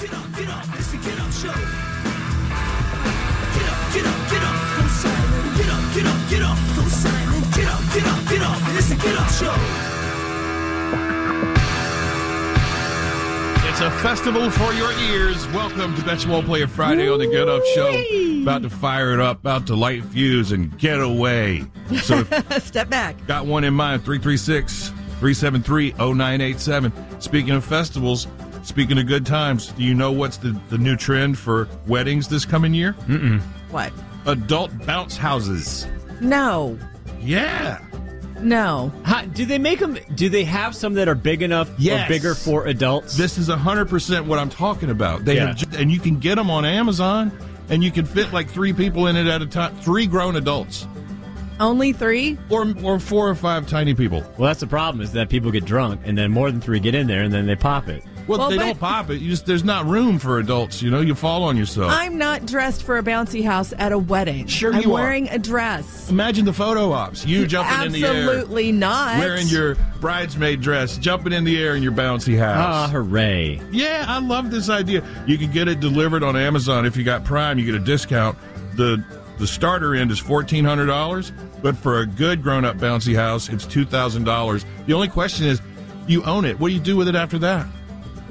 get up, it's the get up show. Get up, get up, get up, come Simon. Get up, get up, get up, come Simon. Get up, get up, get up, it's the get up show. It's a festival for your ears. Welcome to Best Wall Player Friday on the Get Up Show. About to fire it up, about to light fuse and get away. So if you've Step back. got one in mind, 336 373 0987. Speaking of festivals, speaking of good times, do you know what's the, the new trend for weddings this coming year? What? Adult bounce houses. No. Yeah. No. How, do they make them? Do they have some that are big enough Yes. or bigger for adults? This is 100% what I'm talking about. They Yeah. have have, and you can get them on Amazon, and you can fit like three people in it at a time, three grown adults, Only three? or or four or five tiny people. well, that's the problem is that people get drunk and then more than three get in there and then they pop it. Well, Well, they but- don't pop it. You just there's not room for adults. You know, you fall on yourself. I'm not dressed for a bouncy house at a wedding. Oh. Sure I'm you are. wearing a dress. Imagine the photo ops. You jumping in the air, Absolutely not. wearing your bridesmaid dress, jumping in the air in your bouncy house. Ah, hooray! Yeah, I love this idea. You can get it delivered on Amazon if you got Prime. You get a discount. the The starter end is fourteen hundred dollars, but for a good grown up bouncy house, it's two thousand dollars. The only question is, you own it. What do you do with it after that?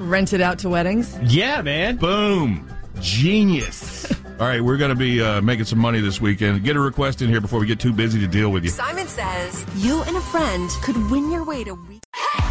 rent it out to weddings. Yeah, man. Boom, genius. All right, we're going to be uh, making some money this weekend. Get a request in here before we get too busy to deal with you. Simon says you and a friend could win your way to week.